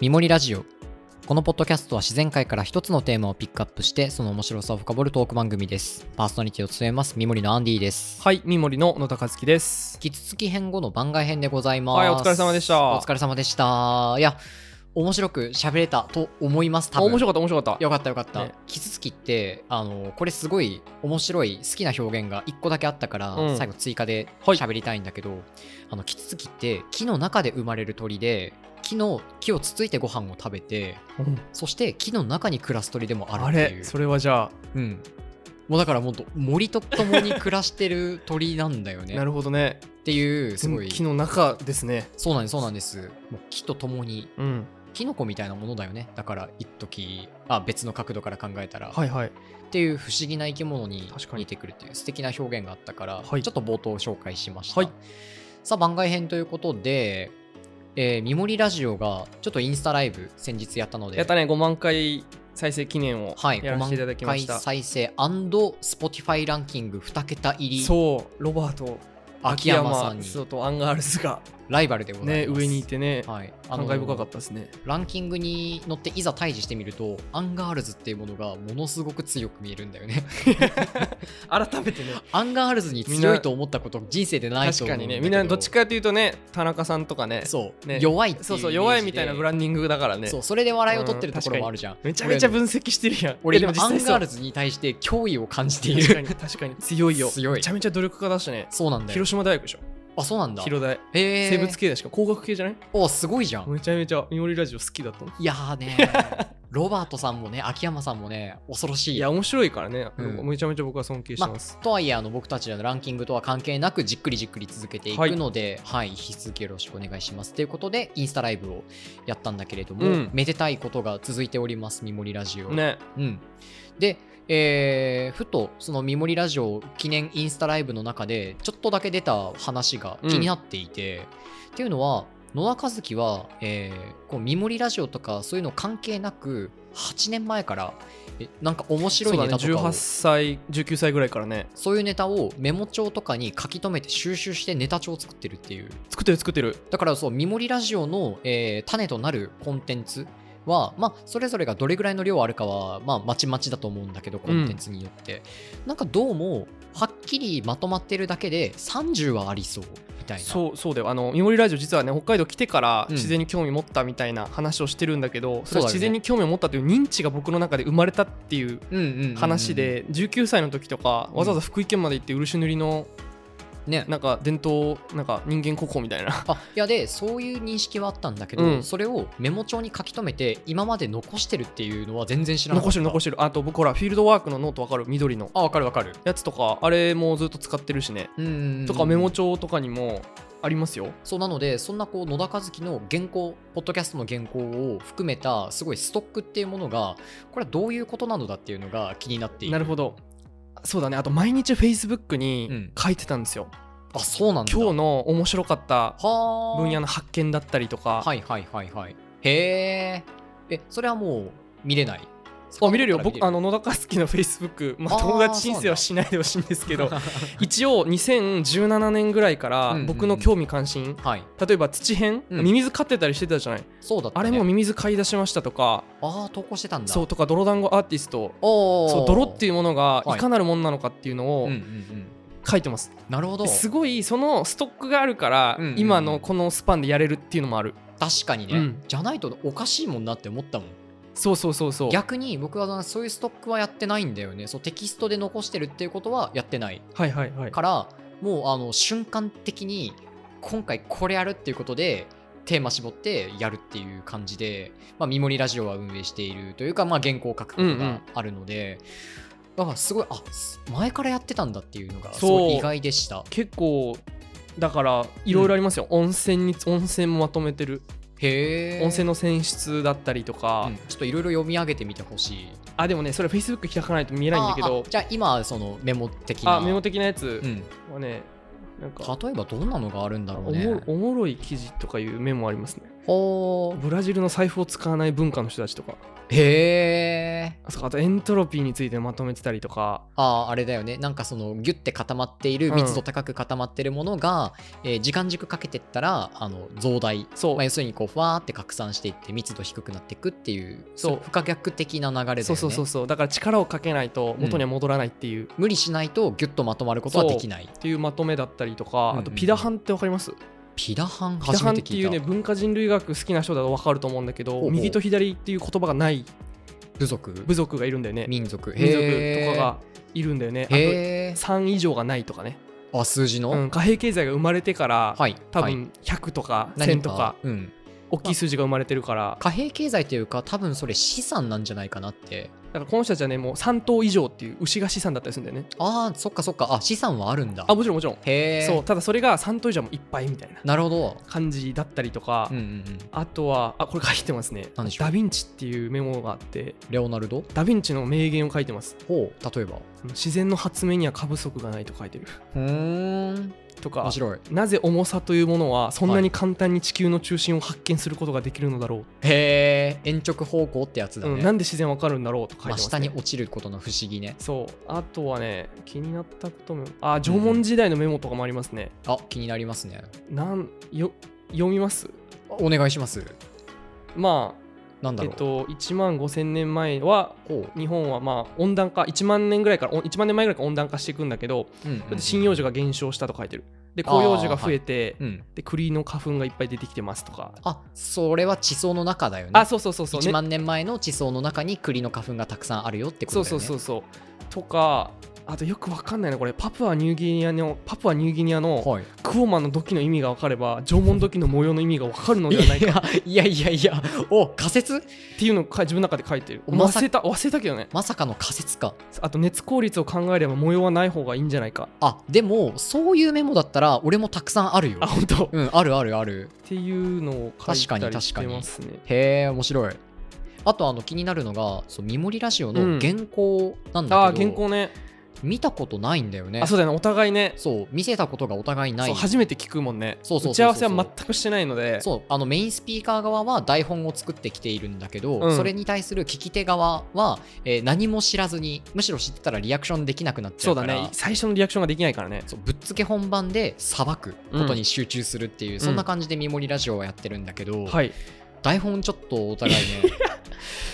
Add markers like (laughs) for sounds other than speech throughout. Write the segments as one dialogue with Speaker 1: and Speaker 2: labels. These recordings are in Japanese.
Speaker 1: みもりラジオこのポッドキャストは自然界から一つのテーマをピックアップしてその面白さを深掘るトーク番組ですパーソナリティを務めますみもりのアンディです
Speaker 2: はい、三森の野田和樹です。
Speaker 1: 引き続き編後の番外編でございます
Speaker 2: はいお疲れ様でした
Speaker 1: お疲れ様でしたいや面白く喋れたと思います多
Speaker 2: あ、
Speaker 1: 分
Speaker 2: 面白かった、面白かった。
Speaker 1: よかったよかった、
Speaker 2: ね
Speaker 1: キツツキってあのこれすごい面白い好きな表現が1個だけあったから、
Speaker 2: うん
Speaker 1: 最後追加で
Speaker 2: はい
Speaker 1: 喋りたいんだけど、あのキツツキって木の中で生まれる鳥で木の木をつついてご飯を食べて
Speaker 2: うん
Speaker 1: そして木の中に暮らす鳥でもある
Speaker 2: あ
Speaker 1: ってい
Speaker 2: れ、
Speaker 1: う
Speaker 2: それはじゃ
Speaker 1: うん、もうだからもっと森と共に暮らしてる鳥なんだよ
Speaker 2: あ、
Speaker 1: ね
Speaker 2: なるほどね。
Speaker 1: っていうすごい
Speaker 2: 木の中ですね。
Speaker 1: そうなんですそうなんですもう木と共に
Speaker 2: うん。
Speaker 1: キノコみたいなものだよねだから一時あ別の角度から考えたら、
Speaker 2: はいはい。
Speaker 1: っていう不思議な生き物に
Speaker 2: 確かに
Speaker 1: 似てくるっていう素敵な表現があったから、
Speaker 2: はい
Speaker 1: ちょっと冒頭紹介しました、
Speaker 2: はい
Speaker 1: さあ番外編ということでえー、みもりラジオがちょっとインスタライブ先日やったので
Speaker 2: やったね、5万回再生記念を
Speaker 1: はい、
Speaker 2: やらせていただき
Speaker 1: 5
Speaker 2: ま
Speaker 1: 万回
Speaker 2: した。
Speaker 1: 再生 &Spotify ランキング2桁入り
Speaker 2: そう、ロバート、
Speaker 1: 秋山さんに
Speaker 2: そうとアンガールズが
Speaker 1: ライバルでござ
Speaker 2: ね、
Speaker 1: います
Speaker 2: 上にいてね、
Speaker 1: はい、あ
Speaker 2: 感
Speaker 1: の
Speaker 2: 慨深かったですね。
Speaker 1: ランキングに乗っていざ対峙してみるとアンガールズっていうものがものすごく強く見えるんだよね (laughs)
Speaker 2: 改めてね、
Speaker 1: アンガールズに強いと思ったこと人生でないと
Speaker 2: 確
Speaker 1: 思
Speaker 2: か
Speaker 1: うんだけど
Speaker 2: にね、みんなどっちかというとね、田中さんとかね、
Speaker 1: そう、
Speaker 2: ね
Speaker 1: 弱いっていう
Speaker 2: そうそう、弱いみたいなブラ
Speaker 1: ン
Speaker 2: ンディングだから
Speaker 1: ド
Speaker 2: ね、
Speaker 1: そうそれで笑いを取ってるところもあるじゃん、
Speaker 2: めちゃめちゃ
Speaker 1: 俺
Speaker 2: 分析してるやん。
Speaker 1: 俺
Speaker 2: いや
Speaker 1: 今
Speaker 2: でも
Speaker 1: アン
Speaker 2: 実際そう
Speaker 1: ガールズに対して脅威を感じてい
Speaker 2: 確
Speaker 1: る
Speaker 2: かに確かに強いよ
Speaker 1: 強い
Speaker 2: めちゃめちゃ努力家だしね
Speaker 1: そうなんだよ
Speaker 2: 広島大学でしょ
Speaker 1: あそうなんだ
Speaker 2: 広大
Speaker 1: へえ
Speaker 2: 生物系だしか工学系じゃない
Speaker 1: おすごいじゃん
Speaker 2: めちゃめちゃみもりラジオ好きだったの
Speaker 1: いやーねロバートさんもね秋山さんもね恐ろしい
Speaker 2: いや面白いからね、
Speaker 1: うん
Speaker 2: めちゃめちゃ僕は尊敬してます、
Speaker 1: とはいえあの僕たちのランキングとは関係なくじっくりじっくり続けていくので、はい引き続きよろしくお願いしますということでインスタライブをやったんだけれども、
Speaker 2: うん
Speaker 1: めでたいことが続いております「みもりラジオ」
Speaker 2: ね
Speaker 1: うん、で、えーふとその「みもりラジオ」記念インスタライブの中でちょっとだけ出た話が気になっていて、っていうのは野田和樹は、えーこう「みもりラジオ」とかそういうの関係なく8年前からえなんか面白
Speaker 2: そう
Speaker 1: い
Speaker 2: だ
Speaker 1: ネ
Speaker 2: ね
Speaker 1: タとかを
Speaker 2: 18歳19歳ぐらいからね
Speaker 1: そういうネタをメモ帳とかに書き留めて収集してネタ帳を作ってるっていう
Speaker 2: 作ってる作ってる
Speaker 1: だからそう「みもりラジオの」えー種となるコンテンツは、まあ、それぞれがどれぐらいの量あるかは、まあ、まちまちだと思うんだけどコンテンツによって、なんかどうもはっきりまとまってるだけで30はありそうみたいな
Speaker 2: そうそうだよあのみもりラジオ実はね北海道来てから
Speaker 1: うん
Speaker 2: 自然に興味持ったみたいな話をしてるんだけど、それ
Speaker 1: そうだよ
Speaker 2: は
Speaker 1: ね
Speaker 2: 自然に興味を持ったという認知が僕の中で生まれたっていう
Speaker 1: うんうんうんうん
Speaker 2: 話で、19歳の時とかわざわざ福井県まで行って漆塗りの
Speaker 1: ね
Speaker 2: なんか伝統なんか人間国宝みたいな
Speaker 1: あいやでそういう認識はあったんだけど、
Speaker 2: うん
Speaker 1: それをメモ帳に書き留めて今まで残してるっていうのは全然知らなか
Speaker 2: 残
Speaker 1: っ
Speaker 2: してる残してるあと僕ほらフィールドワークのノートわかる緑の
Speaker 1: たあわかるわかる
Speaker 2: やつとかあれもずっと使ってるしね
Speaker 1: うんうんうん
Speaker 2: とかメモ帳とかにもありますよ
Speaker 1: そうなのでそんなこう野田和樹の原稿ポッドキャストの原稿を含めたすごいストックっていうものがこれはどういうことなのだっていうのが気になっている
Speaker 2: なるほどそうだねあと毎日フェイスブック
Speaker 1: う
Speaker 2: に
Speaker 1: ん
Speaker 2: 書いてたんですよ、
Speaker 1: あそうなんだ
Speaker 2: 今日
Speaker 1: 日
Speaker 2: の面白かった
Speaker 1: はあ
Speaker 2: 分野の発見だったりとか、
Speaker 1: はいはいはいはいへええそれはもう見れない
Speaker 2: あ見れるよ僕あの野田和樹のフェイスブック、まあ、
Speaker 1: あー
Speaker 2: 友達申請はしないでほしいんです
Speaker 1: (laughs)
Speaker 2: けど一応2017年ぐらいか
Speaker 1: うん
Speaker 2: ら
Speaker 1: うんうん
Speaker 2: 僕の興味関心
Speaker 1: (laughs) はい
Speaker 2: 例えば土編、
Speaker 1: うん
Speaker 2: ミミズ飼ってたりしてたじゃない
Speaker 1: そうだった、
Speaker 2: あ
Speaker 1: ね、
Speaker 2: れもミミズ買い出しましたとか、
Speaker 1: ああ投稿してたんだ
Speaker 2: そうとか泥団子アーティスト
Speaker 1: お
Speaker 2: そう泥って
Speaker 1: い
Speaker 2: いうものが
Speaker 1: はい
Speaker 2: いかなるものなのかっていうの
Speaker 1: う
Speaker 2: を
Speaker 1: んうんうん
Speaker 2: 書いてます、
Speaker 1: なるほど
Speaker 2: すごいそのストックがあるから、
Speaker 1: うんうんうん
Speaker 2: 今のこのスパンでやれるっていうのもある
Speaker 1: 確かにね、
Speaker 2: うん
Speaker 1: じゃないとおかしいもんなって思ったもん
Speaker 2: そうそうそうそう
Speaker 1: 逆に僕はそういうストックはやってないんだよねそうテキストで残してるっていうことはやってない
Speaker 2: はいはいはい
Speaker 1: からもうあの瞬間的に今回これやるっていうことでテーマ絞ってやるっていう感じで、まあ、ミモリラジオは運営しているというか、まあ、原稿を書くこ
Speaker 2: うんう
Speaker 1: と
Speaker 2: ん
Speaker 1: があるので、だからすごいあす前からやってたんだっていうのがす
Speaker 2: そう
Speaker 1: ごい意外でした
Speaker 2: 結構だからいろいろありますよ、温泉に温泉もまとめてる、
Speaker 1: へえ
Speaker 2: 温泉の選出だったりとか、
Speaker 1: ちょっといろいろ読み上げてみてほしい
Speaker 2: あでもねそれフェイスブック開かないと見えないんだけ
Speaker 1: ああ
Speaker 2: ど
Speaker 1: じゃあ今そのメモ的な
Speaker 2: あメモ的なやつ
Speaker 1: うん、例
Speaker 2: はね、なんか
Speaker 1: えばどんなのがあるんだろ
Speaker 2: お
Speaker 1: うね
Speaker 2: もろおもろい記事とかいうメモありますね
Speaker 1: ほう
Speaker 2: ブラジルの財布を使わない文化の人たちとか
Speaker 1: へえ
Speaker 2: あそうかあとエントロピーについてまとめてたりとか
Speaker 1: あーあれだよねなんかそのギュッて固まっている
Speaker 2: うん
Speaker 1: 密度高く固まってるものが、えー時間軸かけてったらあの増大
Speaker 2: そう
Speaker 1: まあ、要するにこうふわーって拡散していって密度低くなっていくっていう
Speaker 2: そう
Speaker 1: 不可逆的な流れだよね
Speaker 2: そうそうそうそうだから力をかけないと元には戻らないっていう、っ
Speaker 1: 無理しないとギュッとまとまることはできない
Speaker 2: ていうまとめだったりとか、
Speaker 1: うんうんうん
Speaker 2: あとピダハンってわかります
Speaker 1: ピダハン
Speaker 2: ピダ
Speaker 1: 初
Speaker 2: ハ
Speaker 1: め
Speaker 2: ンってて
Speaker 1: 聞
Speaker 2: い
Speaker 1: いうた
Speaker 2: ね文化人類学好きな人だとわかると思うんだけど
Speaker 1: ほうほう
Speaker 2: 右と左っていう言葉がない
Speaker 1: 部族
Speaker 2: 部族がいるんだよね
Speaker 1: 民族
Speaker 2: 民族とかがいるんだよねあと
Speaker 1: へえ
Speaker 2: 3以上がないとかね、
Speaker 1: あ数字の、
Speaker 2: うん、貨幣経済が生まれてから、
Speaker 1: はい
Speaker 2: 多
Speaker 1: はい
Speaker 2: 分100とか
Speaker 1: 何
Speaker 2: 1000とか
Speaker 1: うん、
Speaker 2: 大きい数字が生まれてるから
Speaker 1: 貨幣経済というか多分それ資産なんじゃないかなって
Speaker 2: だからこの人たちはねもう3頭以上っていう牛が資産だったりするんだよね
Speaker 1: あーそっかそっかあ資産はあるんだ
Speaker 2: あもちろんもちろん、
Speaker 1: へえ
Speaker 2: そうただそれが3頭以上はもういっぱいみたいな
Speaker 1: なるほど
Speaker 2: 感じだったりとか、
Speaker 1: うんうんうん
Speaker 2: あとはあこれ書いてますねダ
Speaker 1: 何で
Speaker 2: ヴ
Speaker 1: しょう
Speaker 2: ィンチっていうメモがあって
Speaker 1: レオナルド
Speaker 2: ダヴィンチの名言を書いてます
Speaker 1: ほう例えば
Speaker 2: 自然の発明には過不足がないと書いてる
Speaker 1: うーん
Speaker 2: と
Speaker 1: 面
Speaker 2: か
Speaker 1: 白い
Speaker 2: なぜ重さというものはそんなに簡単に地球の中心を発見することができるのだろう、
Speaker 1: へえ延直方向ってやつだね、
Speaker 2: うん、なんで自然わかるんだろうと書いて
Speaker 1: 真
Speaker 2: ます、ね、
Speaker 1: 下に落ちることの不思議ね
Speaker 2: そうあとはね気になったこともあ縄文時代のメモとかもありますね、
Speaker 1: あ気になりますね
Speaker 2: なんよ読みます
Speaker 1: お願いします
Speaker 2: ま
Speaker 1: なんだ
Speaker 2: あえっ
Speaker 1: ろう、
Speaker 2: と1万5000年前は
Speaker 1: ほう
Speaker 2: 日本はまあ温暖化1万年ぐらいからお1万年前ぐらいから温暖化していくんだけど
Speaker 1: うんうん
Speaker 2: それで針葉樹が減少したと書いてるで広葉樹が増えて、
Speaker 1: うん
Speaker 2: で栗の花粉がいっぱい出てきてますとか
Speaker 1: あそれは地層の中だよね
Speaker 2: あそうそうそうそう、
Speaker 1: 1万年前の地層の中に栗の花粉がたくさんあるよってことだ
Speaker 2: そ
Speaker 1: よ
Speaker 2: う
Speaker 1: ね
Speaker 2: そうそううそうとかあとよくわかんないなこれパプアニューギニアのパプアニューギニアの
Speaker 1: はい、
Speaker 2: クォーマンの土器の意味がわかれば縄文土器の模様の意味がわかるのではない
Speaker 1: い
Speaker 2: か
Speaker 1: やいやいやいやお仮説
Speaker 2: っていうのをか自分の中で書いてる
Speaker 1: まさ
Speaker 2: 忘れた忘れたけどね
Speaker 1: まさかの仮説か
Speaker 2: あと熱効率を考えれば模様はない方がいいんじゃないか
Speaker 1: あでもそういうメモだったら俺もたくさんあるよ
Speaker 2: あ本当っ
Speaker 1: うんあるあるある
Speaker 2: ていうのを書いた
Speaker 1: 確
Speaker 2: りし
Speaker 1: か
Speaker 2: て
Speaker 1: に確かに
Speaker 2: ますね
Speaker 1: へえ面白いあとあの気になるのがそうミモリラジオ
Speaker 2: う
Speaker 1: の
Speaker 2: ん
Speaker 1: 原稿なん
Speaker 2: ああ
Speaker 1: だ
Speaker 2: ー
Speaker 1: け
Speaker 2: 原
Speaker 1: ど、
Speaker 2: 稿ね
Speaker 1: 見たことないんだよね
Speaker 2: あそうだよねお互いね
Speaker 1: そう見せたことがお互いない
Speaker 2: そう初めて聞くもんね
Speaker 1: そうそうそうそう
Speaker 2: 打ち合わせは全くしてないので
Speaker 1: そうあのメインスピーカー側は台本を作ってきているんだけど、
Speaker 2: うん
Speaker 1: それに対する聞き手側は、えー何も知らずにむしろ知ってたらリアクションできなくなっちゃ
Speaker 2: そう
Speaker 1: う
Speaker 2: だ
Speaker 1: から
Speaker 2: ね最初のリアクションができないからね
Speaker 1: そうぶっつけ本番で裁くことに集中するっていう、そんな感じでミモリラジオはやってるんだけど、
Speaker 2: はい
Speaker 1: 台本ちょっとお互いね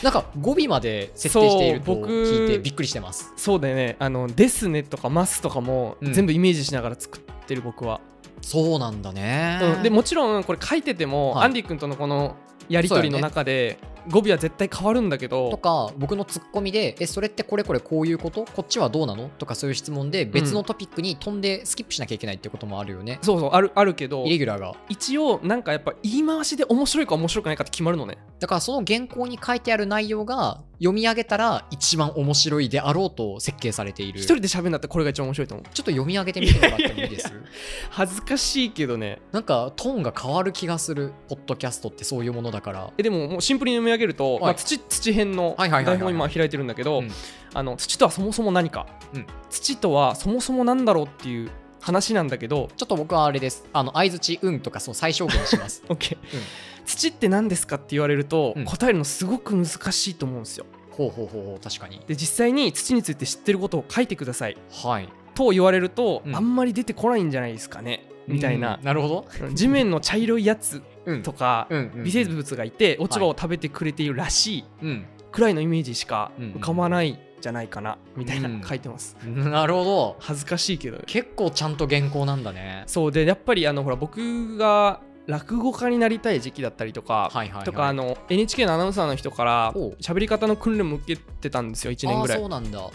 Speaker 1: (laughs) なんか語尾まで設定していると
Speaker 2: そう僕
Speaker 1: 聞いてびっくりしてます
Speaker 2: そうだよねあの「ですね」とか「ます」とかも
Speaker 1: うん
Speaker 2: 全部イメージしながら作ってる僕は、
Speaker 1: そうなんだね、
Speaker 2: うんでもちろんこれ書いてても、
Speaker 1: はい
Speaker 2: アンディ君とのこのやり取りの中で、語尾は絶対変わるんだけど
Speaker 1: とか僕のツッコミで「えそれってこれこれこういうことこっちはどうなの?」とかそういう質問で別のトピックに飛んでスキップしなきゃいけないってこともあるよね、
Speaker 2: そうそうあるあるけど
Speaker 1: イレギュラーが
Speaker 2: 一応なんかやっぱ言い回しで面白いか面白くないかって決まるのね
Speaker 1: だからその原稿に書いてある内容が読み上げたら一番面白いであろうと設計されている
Speaker 2: 一
Speaker 1: ちょ
Speaker 2: 人で喋るんだったらこれが一番面白いと思う
Speaker 1: っと読み上げてみてもらってもいいです (laughs)
Speaker 2: 恥ずかしいけどね
Speaker 1: なんかトーンが変わる気がするポッドキャストってそういうものだから
Speaker 2: えでももうシンプルに読み上げると、まあ、土土編の
Speaker 1: はいはいはいはい
Speaker 2: 台本を今開いてるんだけど、
Speaker 1: うん
Speaker 2: あの土とはそもそも何か、
Speaker 1: うん
Speaker 2: 土とはそもそも何だろうっていう話なんだけど
Speaker 1: ちょっと僕はあれですあの相づち「うん」とかその最小限にします
Speaker 2: (laughs) オッケー
Speaker 1: うん
Speaker 2: 土って何ですかって言われると、
Speaker 1: うん
Speaker 2: 答えるのすごく難しいと思うんですよ
Speaker 1: ほうほうほうほう確かに
Speaker 2: で実際に土について知ってることを書いてください
Speaker 1: はい
Speaker 2: と言われると、
Speaker 1: うん
Speaker 2: あんまり出てこないんじゃないですかねみたいな
Speaker 1: うん、なるほど
Speaker 2: 地面の茶色いやつ
Speaker 1: うん
Speaker 2: とか、
Speaker 1: うんうん
Speaker 2: 微生物がいて落ち葉を食べてくれているらしい
Speaker 1: うん
Speaker 2: くらいのイメージしか
Speaker 1: うん
Speaker 2: 浮かばないんじゃないかな、みたいな
Speaker 1: うん
Speaker 2: 書いてます
Speaker 1: なるほど
Speaker 2: 恥ずかしいけど
Speaker 1: 結構ちゃんと原稿なんだね
Speaker 2: そうでやっぱりあのほら僕が落語家になりたい時期だったりと
Speaker 1: は
Speaker 2: か、
Speaker 1: いはい、はい、
Speaker 2: とかあの NHK のアナウンサーの人から
Speaker 1: ほう
Speaker 2: 喋り方の訓練も受けてたんですよ1年ぐら
Speaker 1: あーそ
Speaker 2: いう
Speaker 1: なんだ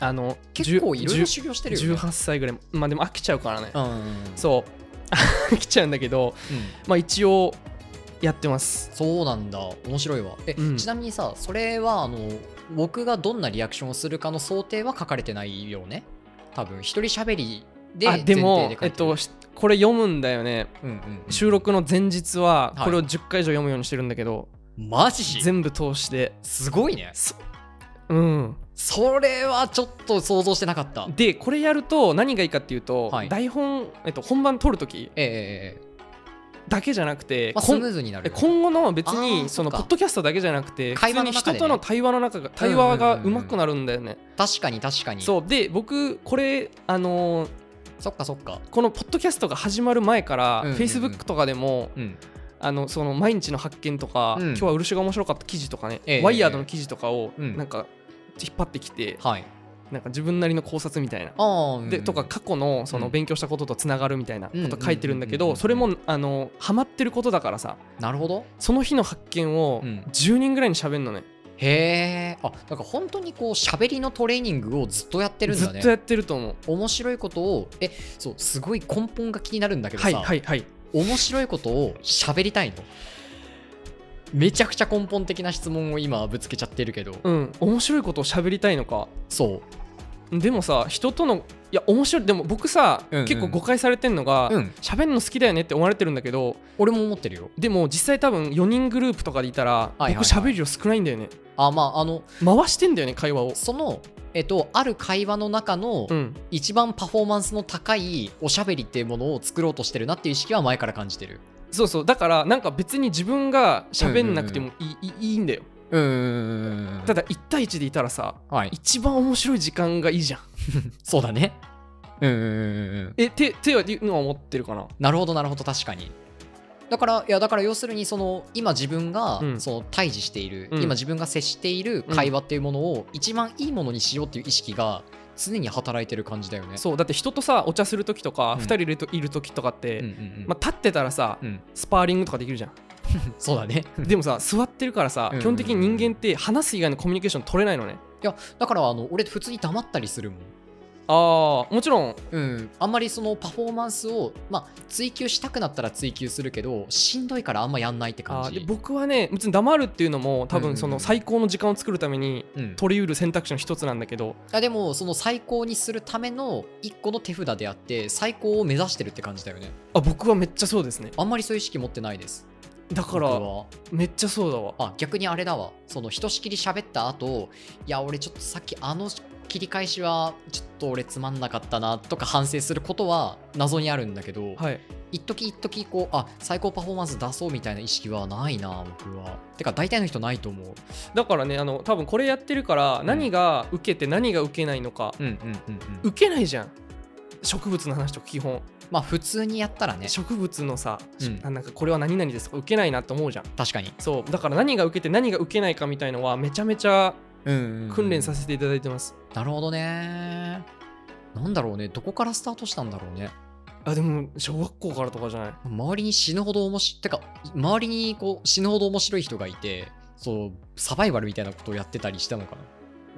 Speaker 2: あの
Speaker 1: 結構いろいろ
Speaker 2: 10
Speaker 1: 修行してるよね
Speaker 2: 18歳ぐらいまあでも飽きちゃうからね
Speaker 1: うんうんうん
Speaker 2: そう飽きちゃうんだ (laughs) けど
Speaker 1: うん
Speaker 2: まあ一応やってます
Speaker 1: そうなんだ面白いわえ、
Speaker 2: うん
Speaker 1: ちなみにさそれはあの僕がどんなリアクションをするかの想定は書かれてないよね多分一人喋りで
Speaker 2: あ
Speaker 1: 前提
Speaker 2: で
Speaker 1: で書い
Speaker 2: も
Speaker 1: てる
Speaker 2: えっとしこれ読むんだよね
Speaker 1: うんうんうん
Speaker 2: 収録の前日は
Speaker 1: はい
Speaker 2: これを10回以上読むようにしてるんだけど、
Speaker 1: マジ
Speaker 2: 全部通して
Speaker 1: すごいね
Speaker 2: うん
Speaker 1: それはちょっと想像してなかったえ
Speaker 2: でこれやると何がいいかっていうと、
Speaker 1: はい
Speaker 2: 台本、えっと、本番撮る時
Speaker 1: ええええ
Speaker 2: だけじゃなくて、
Speaker 1: まあ、
Speaker 2: こ
Speaker 1: ス
Speaker 2: ん
Speaker 1: ムーズにな
Speaker 2: え
Speaker 1: る。
Speaker 2: 今後の別
Speaker 1: あー
Speaker 2: にその
Speaker 1: そっ
Speaker 2: ポ
Speaker 1: か
Speaker 2: ッドキャストだけじゃなくて
Speaker 1: 会
Speaker 2: 普
Speaker 1: 話の
Speaker 2: 通に
Speaker 1: 中
Speaker 2: 人
Speaker 1: でね
Speaker 2: との対話の中が対話が
Speaker 1: うんうんう
Speaker 2: うん
Speaker 1: うん
Speaker 2: まくなるんだよね。
Speaker 1: 確かに確かに。
Speaker 2: そうで僕これあのー
Speaker 1: そっかそっか。
Speaker 2: このポッドキャストが始まる前から
Speaker 1: うんうんうん
Speaker 2: Facebook とかでも
Speaker 1: うん。
Speaker 2: あのその毎日の発見とか、
Speaker 1: うん
Speaker 2: 今日は漆が面白かった記事とかね、
Speaker 1: ええ
Speaker 2: ワイヤードの記事とかを
Speaker 1: うん
Speaker 2: なんか引っ張ってきて、
Speaker 1: はい。
Speaker 2: なんか自分なりの考察みたいな。
Speaker 1: ああ。
Speaker 2: でとか過去のそうの
Speaker 1: ん
Speaker 2: 勉強したこととつながるみたいなこと書いてるんだけ
Speaker 1: うんうんうんうんうん
Speaker 2: どそれもあのハマってることだからさ
Speaker 1: なるほど。
Speaker 2: その日の発見を
Speaker 1: うん
Speaker 2: 10人ぐらいに喋るのね
Speaker 1: へえ。あ、なんか本当にこう、喋りのトレーニングをずっとやってるん
Speaker 2: ず
Speaker 1: だ
Speaker 2: っとや
Speaker 1: ね。
Speaker 2: ってると思う
Speaker 1: 面白いことを、え、そう、すごい根本が気になるんだけど
Speaker 2: はい
Speaker 1: さ、
Speaker 2: はいはい
Speaker 1: 面白いことを喋りたいのめちゃくちゃ根本的な質問を今ぶつけちゃってるけど、
Speaker 2: うん面白いことを喋りたいのか
Speaker 1: そ
Speaker 2: でもさ人とのいや面白いでも僕さ、
Speaker 1: うんうん
Speaker 2: 結構誤解されてんのが
Speaker 1: う。うん。
Speaker 2: 喋、るの好きだよねって思われてるんだけど
Speaker 1: 俺も思ってるよ。
Speaker 2: でも実際多分4人グループとかでいたら、
Speaker 1: はいはいはい
Speaker 2: 僕喋る量少ないんだよね
Speaker 1: あ、まあ、あの、
Speaker 2: 回してんだよね会話を
Speaker 1: その、えっと、ある会話の中の
Speaker 2: うん
Speaker 1: 一番パフォーマンスの高いおしゃべりっていうものを作ろうとしてるなっていう意識は前から感じてる。
Speaker 2: そうそうだからなんか別に自分が喋んなくてもいい,、いいいんだよ
Speaker 1: うーん
Speaker 2: ただ1対1でいたらさ
Speaker 1: はい。
Speaker 2: 一番面白い時間がいいじゃん
Speaker 1: そうだね。うんうんうんうん。
Speaker 2: えててはいうのは思ってるかな
Speaker 1: なるほどなるほど確かに。だからいやだから要するにその今自分が
Speaker 2: うん
Speaker 1: その対峙している、
Speaker 2: うん
Speaker 1: 今自分が接している会話っていうものを一番いいものにしようっていう意識が常に働いてる感じだよね。
Speaker 2: そうだって人とさお茶する時とか、
Speaker 1: うん
Speaker 2: 2人いるといる時とかって、
Speaker 1: うんうんうん
Speaker 2: まあ、立ってたらさ、
Speaker 1: うん
Speaker 2: スパーリングとかできるじゃん
Speaker 1: そうだね。
Speaker 2: でもさ座ってるからさ、
Speaker 1: うん
Speaker 2: 基本的に人間って話す以外のコミュニケーション取れないのね
Speaker 1: いやだからあの俺普通に黙ったりするもん。
Speaker 2: ああもちろん
Speaker 1: うん、あんまりそのパフォーマンスを、まあ、追求したくなったら追求するけどしんどいからあんまやんないって感
Speaker 2: あー
Speaker 1: じ
Speaker 2: で僕はね別に黙るっていうのも多
Speaker 1: うん
Speaker 2: 分その最高の時間を作るために
Speaker 1: うん、
Speaker 2: 取りうる選択肢の一つなんだけど
Speaker 1: あでもその最高にするための一個の手札であって最高を目指してるって感じだよね
Speaker 2: あ僕はめっちゃそうですね
Speaker 1: あんまりそういう意識持ってないです
Speaker 2: だか
Speaker 1: 僕
Speaker 2: ら
Speaker 1: は
Speaker 2: めっちゃそうだわ
Speaker 1: あ逆にあれだわそのひとしきり喋った後いや俺ちょっとさっきあの切り返しはちょっと俺つまんなかったなとか反省することは謎にあるんだけど、
Speaker 2: はい
Speaker 1: 一時一時こうあ最高パフォーマンス出そうみたいな意識はないな僕はてか大体の人ないと思う
Speaker 2: だからねあの多分これやってるから
Speaker 1: ん
Speaker 2: 何が受けて何が受けないのか、
Speaker 1: うんうんうん、うん、
Speaker 2: 受けないじゃん植物の話とか基本
Speaker 1: まあ普通にやったらね
Speaker 2: 植物のさ、
Speaker 1: うん
Speaker 2: あなんかこれは何々ですとか受けないなって思うじゃん
Speaker 1: 確かに、
Speaker 2: そうだから何が受けて何が受けないかみたいのはめちゃめちゃ
Speaker 1: うん
Speaker 2: 訓練さ
Speaker 1: せ
Speaker 2: せていただいてます、
Speaker 1: なるほどねなんだろうねどこからスタートしたんだろうね
Speaker 2: あでも小学校からとかじゃない
Speaker 1: 周りに死ぬほど面白いてか周りにこう死ぬほど面白い人がいてそうサバイバルみたいなことをやってたりしたのか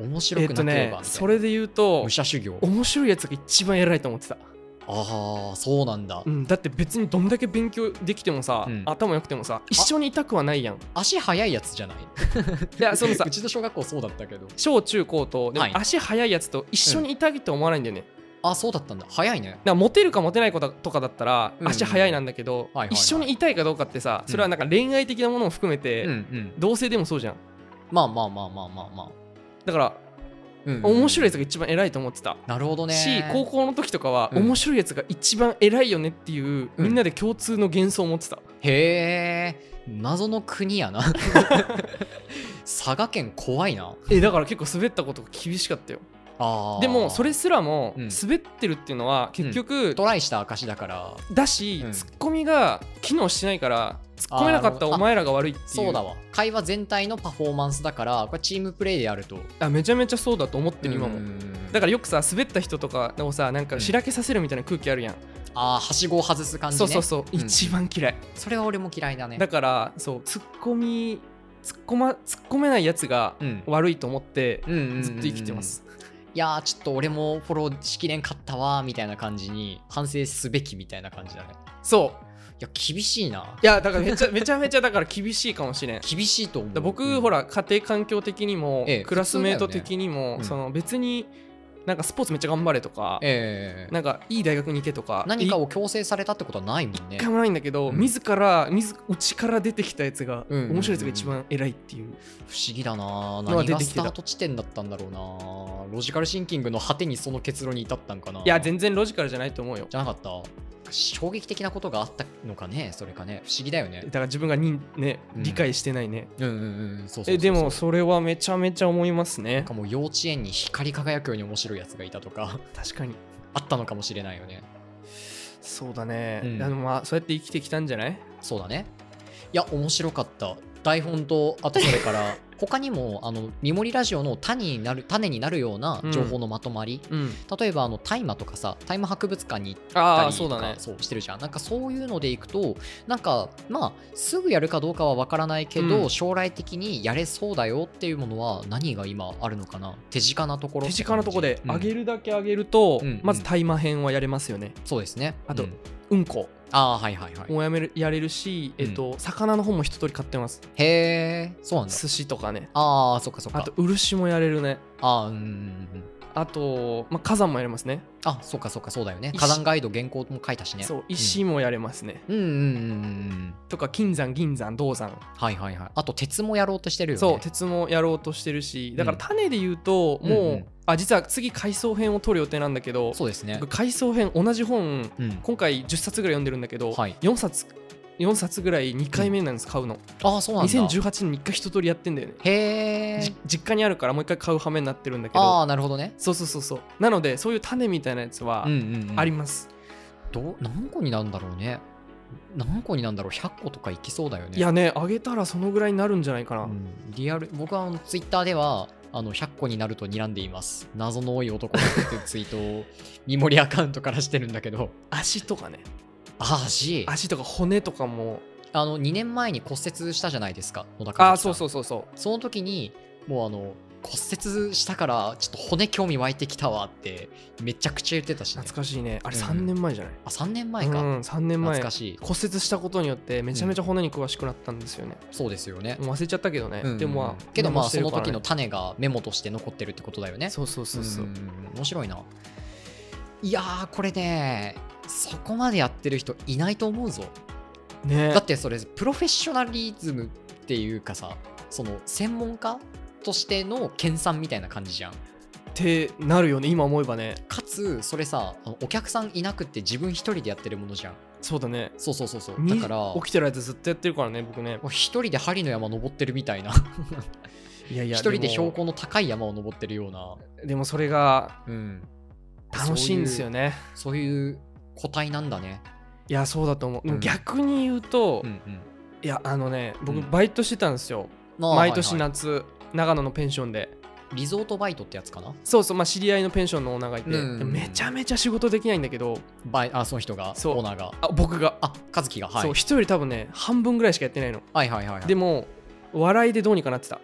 Speaker 1: な面白
Speaker 2: えっ
Speaker 1: く
Speaker 2: と
Speaker 1: なけれ
Speaker 2: ね
Speaker 1: ばみたいな、
Speaker 2: それで言うと
Speaker 1: 武者修行
Speaker 2: 面白いやつが一番偉いと思ってた、
Speaker 1: ああそうなんだ、
Speaker 2: うん、だって別にどんだけ勉強できてもさ、
Speaker 1: うん
Speaker 2: 頭良くてもさ一緒にいたくはないやんい
Speaker 1: 足速いやつじゃない
Speaker 2: やそのさ
Speaker 1: (laughs) うちの小学校そうだったけど
Speaker 2: 小中高とでも
Speaker 1: はい
Speaker 2: 足速いやつと一緒にいたいと思わないんだよね、
Speaker 1: あそうだったんだ早いね
Speaker 2: だからモテるかモテない子だとかだったら
Speaker 1: うん
Speaker 2: 足速いなんだけ
Speaker 1: は
Speaker 2: ど、
Speaker 1: いはいはい
Speaker 2: 一緒にいたいかどうかってさそれはなんか恋愛的なものも含めて、
Speaker 1: うんうん
Speaker 2: 同性でもそうじゃん
Speaker 1: まあまあまあまあまあまあ、
Speaker 2: だから
Speaker 1: うんうん
Speaker 2: 面白いやつが一番偉いと思ってた、
Speaker 1: なるほどね
Speaker 2: し高校の時とかは
Speaker 1: うん
Speaker 2: 面白いやつが一番偉いよねっていう、
Speaker 1: うん
Speaker 2: みんなで共通の幻想を持ってた
Speaker 1: へえ謎の国 (laughs) やな佐賀県怖いな
Speaker 2: えだから結構滑ったことが厳しかったよ
Speaker 1: あー
Speaker 2: でもそれすらも
Speaker 1: うん
Speaker 2: 滑ってるっていうのは結局
Speaker 1: トライした証だから
Speaker 2: だし、
Speaker 1: うん
Speaker 2: ツッコミが機能してないからツッコめなかった
Speaker 1: あーなるほど
Speaker 2: お前らが悪いっていう
Speaker 1: そうだわ会話全体のパフォーマンスだからこれチームプレイでやると
Speaker 2: あめちゃめちゃそうだと思ってる今もだ
Speaker 1: か
Speaker 2: からよくさ滑った人とかをさなん
Speaker 1: う
Speaker 2: か
Speaker 1: ん
Speaker 2: しらけさせるみたいな空気あるやん、
Speaker 1: らあーはしごを外す感じね
Speaker 2: そうそうそう、
Speaker 1: うん
Speaker 2: 一番嫌い
Speaker 1: それは俺も嫌いだね
Speaker 2: だからそうツッコミツッコまツッコめないやつが
Speaker 1: うん
Speaker 2: 悪いと思って
Speaker 1: うんうんうんうん
Speaker 2: ずっと生きてます、
Speaker 1: いやーちょっと俺もフォローしきれんかったわーみたいな感じに反省すべきみたいな感じだね
Speaker 2: そう
Speaker 1: いや厳しいない
Speaker 2: やだから
Speaker 1: (laughs)
Speaker 2: めちゃめちゃめちゃだから厳しいかもしれんだ
Speaker 1: 厳しいと思う
Speaker 2: 僕、
Speaker 1: うん
Speaker 2: ほら家庭環境的にも、
Speaker 1: ええ
Speaker 2: クラスメート
Speaker 1: 普通だよね
Speaker 2: 的にも、
Speaker 1: うん
Speaker 2: その別になんかスポーツめっちゃ頑張れとか、
Speaker 1: ええ
Speaker 2: なんかいい大学に行けとか
Speaker 1: 何か
Speaker 2: 一
Speaker 1: を強制されたってことはないもんね
Speaker 2: 回もないんだけど、
Speaker 1: うん
Speaker 2: 自ら自うちから出てきたやつが、
Speaker 1: うんうんうん
Speaker 2: 面白いやつが一番偉いっていう
Speaker 1: 不思議だな
Speaker 2: のは
Speaker 1: 何
Speaker 2: 出
Speaker 1: が
Speaker 2: てき
Speaker 1: ス
Speaker 2: て
Speaker 1: タ
Speaker 2: た
Speaker 1: ート地点だったんだろうなロジカルシンキングの果てにその結論に至ったんかない
Speaker 2: いや全然ロジカルじゃないと思うよ
Speaker 1: じゃなかった衝撃的なことがあったのかね、それかね、不思議だよね
Speaker 2: だ。から自分がにね
Speaker 1: うん
Speaker 2: 理解してないね、
Speaker 1: うんうんうん、そうそうそうそう
Speaker 2: えでもそれはめちゃめちゃ思いますね
Speaker 1: なんかもう幼稚園に光り輝くように面白いやつがいたとか (laughs)
Speaker 2: 確かに
Speaker 1: あったのかもしれないよね
Speaker 2: そうだね、
Speaker 1: うん
Speaker 2: あのまあそうやって生きてきたんじゃない
Speaker 1: そうだねいや面白かった台本とあとそれから
Speaker 2: (laughs)
Speaker 1: 他にもあのミモリラジオの種になる種になるような情報のまとまり、
Speaker 2: うん
Speaker 1: 例えばあの大麻とかさ大麻博物館に行った
Speaker 2: ああ
Speaker 1: り
Speaker 2: そ
Speaker 1: と
Speaker 2: うだね
Speaker 1: かそうしてるじゃんなんかそういうのでいくとなんかまあすぐやるかどうかはわからないけど、
Speaker 2: うん
Speaker 1: 将来的にやれそうだよっていうものは何が今あるのかな手近なところ
Speaker 2: 手近なとこで上げ
Speaker 1: る、
Speaker 2: るだけ上げると、
Speaker 1: うん
Speaker 2: まず大麻編はやれますよね
Speaker 1: うんそうですね
Speaker 2: あと
Speaker 1: うん
Speaker 2: うんこ
Speaker 1: ああはいはいはい
Speaker 2: もやめるやれるし、えっと魚の本も一通り買ってます
Speaker 1: へえそうなんだ
Speaker 2: 寿司とかね
Speaker 1: ああそっかそっか
Speaker 2: あと漆もやれるね
Speaker 1: あーうんうんうんうん
Speaker 2: あと、まあ、火山もやれますね
Speaker 1: あそっかそっかそうだよね
Speaker 2: 石
Speaker 1: 火山ガイド原稿も書いたしね
Speaker 2: そう石もやれますね、
Speaker 1: うんうんうんうんうん
Speaker 2: とか金山銀山銅山、
Speaker 1: はいはいはいあと鉄もやろうとしてるよね
Speaker 2: そう鉄もやろうとしてるしだから種で言うと、
Speaker 1: うん
Speaker 2: もう、
Speaker 1: うんうん
Speaker 2: あ実は次回想編を取る予定なんだけど
Speaker 1: そうですね
Speaker 2: 僕回想編同じ本
Speaker 1: うん
Speaker 2: 今回10冊ぐらい読んでるんだけど、
Speaker 1: はい
Speaker 2: 4冊4冊ぐらい2回目なんです買うの、
Speaker 1: ああそうなんだ
Speaker 2: 2018年に1回一通りやってんだよね
Speaker 1: へえ
Speaker 2: じ実家にあるからもう一回買う羽目になってるんだけ
Speaker 1: あ
Speaker 2: ど
Speaker 1: あなるほどね
Speaker 2: そうそうそうそうなのでそういう種みたいなやつは
Speaker 1: うんうん、うん、
Speaker 2: あります、
Speaker 1: どう何個になんだろうね何個になんだろう100個とかいきそうだよね
Speaker 2: いやねあげたらそのぐらいになるんじゃないかな、
Speaker 1: うんリアル僕はあのツイッターではあの100個になると睨んでいます謎の多い男だっていうツイートをミモリアカウントからしてるんだけど
Speaker 2: 足とかね
Speaker 1: ああし
Speaker 2: 足とか骨とかも
Speaker 1: あの2年前に骨折したじゃないですか野田
Speaker 2: あ
Speaker 1: 和
Speaker 2: あ
Speaker 1: 樹さ
Speaker 2: そ
Speaker 1: ん
Speaker 2: うそうそうそう
Speaker 1: その時にもうあの骨折したからちょっと骨興味湧いてきたわってめちゃくちゃ言ってたし、ね、
Speaker 2: 懐かしいねあれ
Speaker 1: うん
Speaker 2: 3年前じゃない、
Speaker 1: あ3年前か、
Speaker 2: うん3年前
Speaker 1: 懐か
Speaker 2: 骨
Speaker 1: しい
Speaker 2: 折したことによってめちゃめちゃ骨に詳しくなったんですよね、
Speaker 1: そうですよね、
Speaker 2: もう忘れちゃったけどね、
Speaker 1: うん
Speaker 2: でもまあ
Speaker 1: けどまあ
Speaker 2: メモし
Speaker 1: そ
Speaker 2: てる
Speaker 1: の
Speaker 2: からね
Speaker 1: 時の種がメモとして残ってるってことだよね
Speaker 2: そうそうそうそう、
Speaker 1: ん面白いないやーこれねそこまでやってる人いないと思うぞ
Speaker 2: ね
Speaker 1: だってそれプロフェッショナリズムっていうかさその専門家としての研鑽みたいな感じじゃん
Speaker 2: ってなるよね今思えばね
Speaker 1: かつそれさあのお客さんいなくって自分一人でやってるものじゃん
Speaker 2: そうだね
Speaker 1: そうそうそうそうだから
Speaker 2: に起きてる間ずっとやってるからね僕ね
Speaker 1: もう一人で針の山登ってるみたいな
Speaker 2: いやい
Speaker 1: 一
Speaker 2: や
Speaker 1: 人で
Speaker 2: も
Speaker 1: 標高の高い山を登ってるような、
Speaker 2: でもそれが
Speaker 1: うん、
Speaker 2: 楽しいんですよね
Speaker 1: そういう個体なんだね
Speaker 2: いやそうだと思う、でも
Speaker 1: うん
Speaker 2: 逆に言うと、
Speaker 1: うんうん
Speaker 2: いやあのね僕
Speaker 1: うん
Speaker 2: バイトしてたんですよ、
Speaker 1: まあ
Speaker 2: 毎年
Speaker 1: はいはい
Speaker 2: 夏、長野のペンションで
Speaker 1: リゾートバイトってやつかな
Speaker 2: そうそうまあ知り合いのペンションのオーナーがいて、
Speaker 1: うん
Speaker 2: めちゃめちゃ仕事できないんだけど
Speaker 1: バイあその人がオ
Speaker 2: そう
Speaker 1: ーナーが
Speaker 2: あ僕が、
Speaker 1: あ和樹がはい
Speaker 2: そう人より多分ね半分ぐらいしかやってないの、
Speaker 1: はいはいはいはい
Speaker 2: でも笑いでどうにかなってた、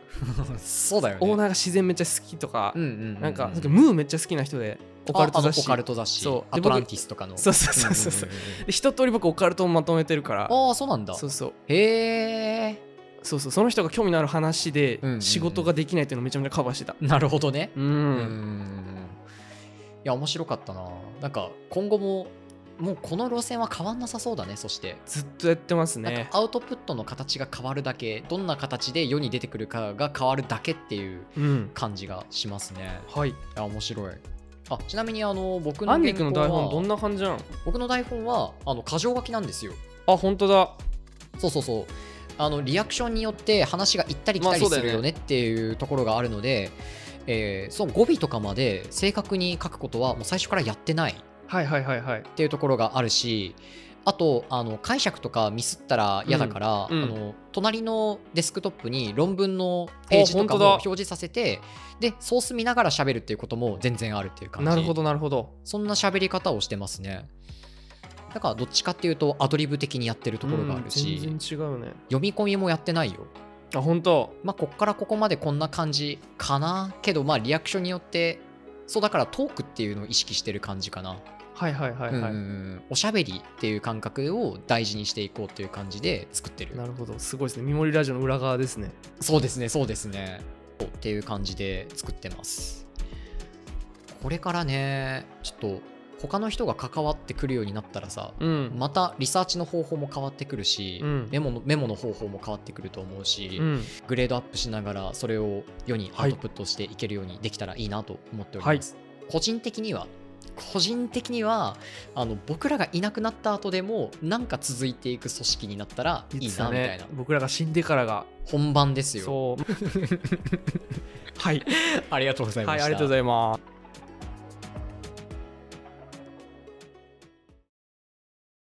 Speaker 1: そうだよね
Speaker 2: オーナーが自然めっちゃ好きとか、
Speaker 1: うんうんうん
Speaker 2: なんかムーめっちゃ好きな人でオカルト雑誌
Speaker 1: ああのオカルト雑誌
Speaker 2: そう
Speaker 1: ア
Speaker 2: で
Speaker 1: ト
Speaker 2: 僕
Speaker 1: ランティスとかの
Speaker 2: そうそうそうそうそう
Speaker 1: うんうんうんうん
Speaker 2: で一通り僕オカルトをまとめてるから
Speaker 1: ああそうなんだ
Speaker 2: そうそう
Speaker 1: へえ
Speaker 2: そうそうその人が興味のある話で
Speaker 1: うんうんうん
Speaker 2: 仕事ができないっていうのをめちゃめちゃカバーしてた
Speaker 1: (laughs) なるほどね
Speaker 2: うん、
Speaker 1: うーんいや面白かったななんか今後ももうこの路線は変わんなさそうだねそして
Speaker 2: ずっとやってます
Speaker 1: なん
Speaker 2: ね
Speaker 1: かアウトプットの形が変わるだけどんな形で世に出てくるかが変わるだけっていう
Speaker 2: うん
Speaker 1: 感じがしますね
Speaker 2: はい
Speaker 1: いや面白いあちなみにあの僕の
Speaker 2: アンデ
Speaker 1: 原
Speaker 2: ィ君の
Speaker 1: 稿
Speaker 2: 台本どん
Speaker 1: は
Speaker 2: な感じなの
Speaker 1: 僕の台本はあの箇条書きなんですよ
Speaker 2: あ本当だ
Speaker 1: そうそうそうあのリアクションによって話が行ったり来たり
Speaker 2: まあそうだ
Speaker 1: す
Speaker 2: よね
Speaker 1: るよねっていうところがあるので、えーその語尾とかまで正確に書くことはもう最初からやってない
Speaker 2: はいはいはいはい
Speaker 1: っていうところがあるしあとあの解釈とかミスったら嫌だから、
Speaker 2: うんうん
Speaker 1: あの隣のデスクトップに論文のページとか
Speaker 2: あ本当だ
Speaker 1: も表示させてでソース見ながら喋るっていうことも全然あるっていう感じ
Speaker 2: なるほどなるほど
Speaker 1: そんな喋り方をしてますねだからどっちかっていうとアドリブ的にやってるところがあるし、
Speaker 2: うん全然違うね
Speaker 1: 読み込みもやってないよ
Speaker 2: あ本当
Speaker 1: まあこっからここまでこんな感じかなけどまあリアクションによってそうだからトークっていうのを意識してる感じかな
Speaker 2: はいはいはいはい、
Speaker 1: うんうんうんおしゃべりっていう感覚を大事にしていこうっていう感じで作ってる
Speaker 2: なるほどすごいですねミモリラジオの裏側ですね
Speaker 1: そうですねそうですねそうっていう感じで作ってますこれからねちょっと他の人が関わってくるようになったらさ
Speaker 2: うん、
Speaker 1: またリサーチの方法も変わってくるし、
Speaker 2: うん
Speaker 1: メモのメモの方法も変わってくると思うし、
Speaker 2: うん、
Speaker 1: グレードアップしながらそれを世にア
Speaker 2: は
Speaker 1: ウ
Speaker 2: い
Speaker 1: トプットしていけるようにできたらいいなと思っております、個人的には個人的にはあの僕らがいなくなった後でもなんか続いていく組織になったらいい
Speaker 2: 言って
Speaker 1: な
Speaker 2: た
Speaker 1: みたいな、
Speaker 2: ね僕らが死んでからが
Speaker 1: 本番ですよ (laughs)
Speaker 2: そうはい
Speaker 1: ありがとうござい
Speaker 2: は
Speaker 1: ま
Speaker 2: い
Speaker 1: した、
Speaker 2: ありがとうございます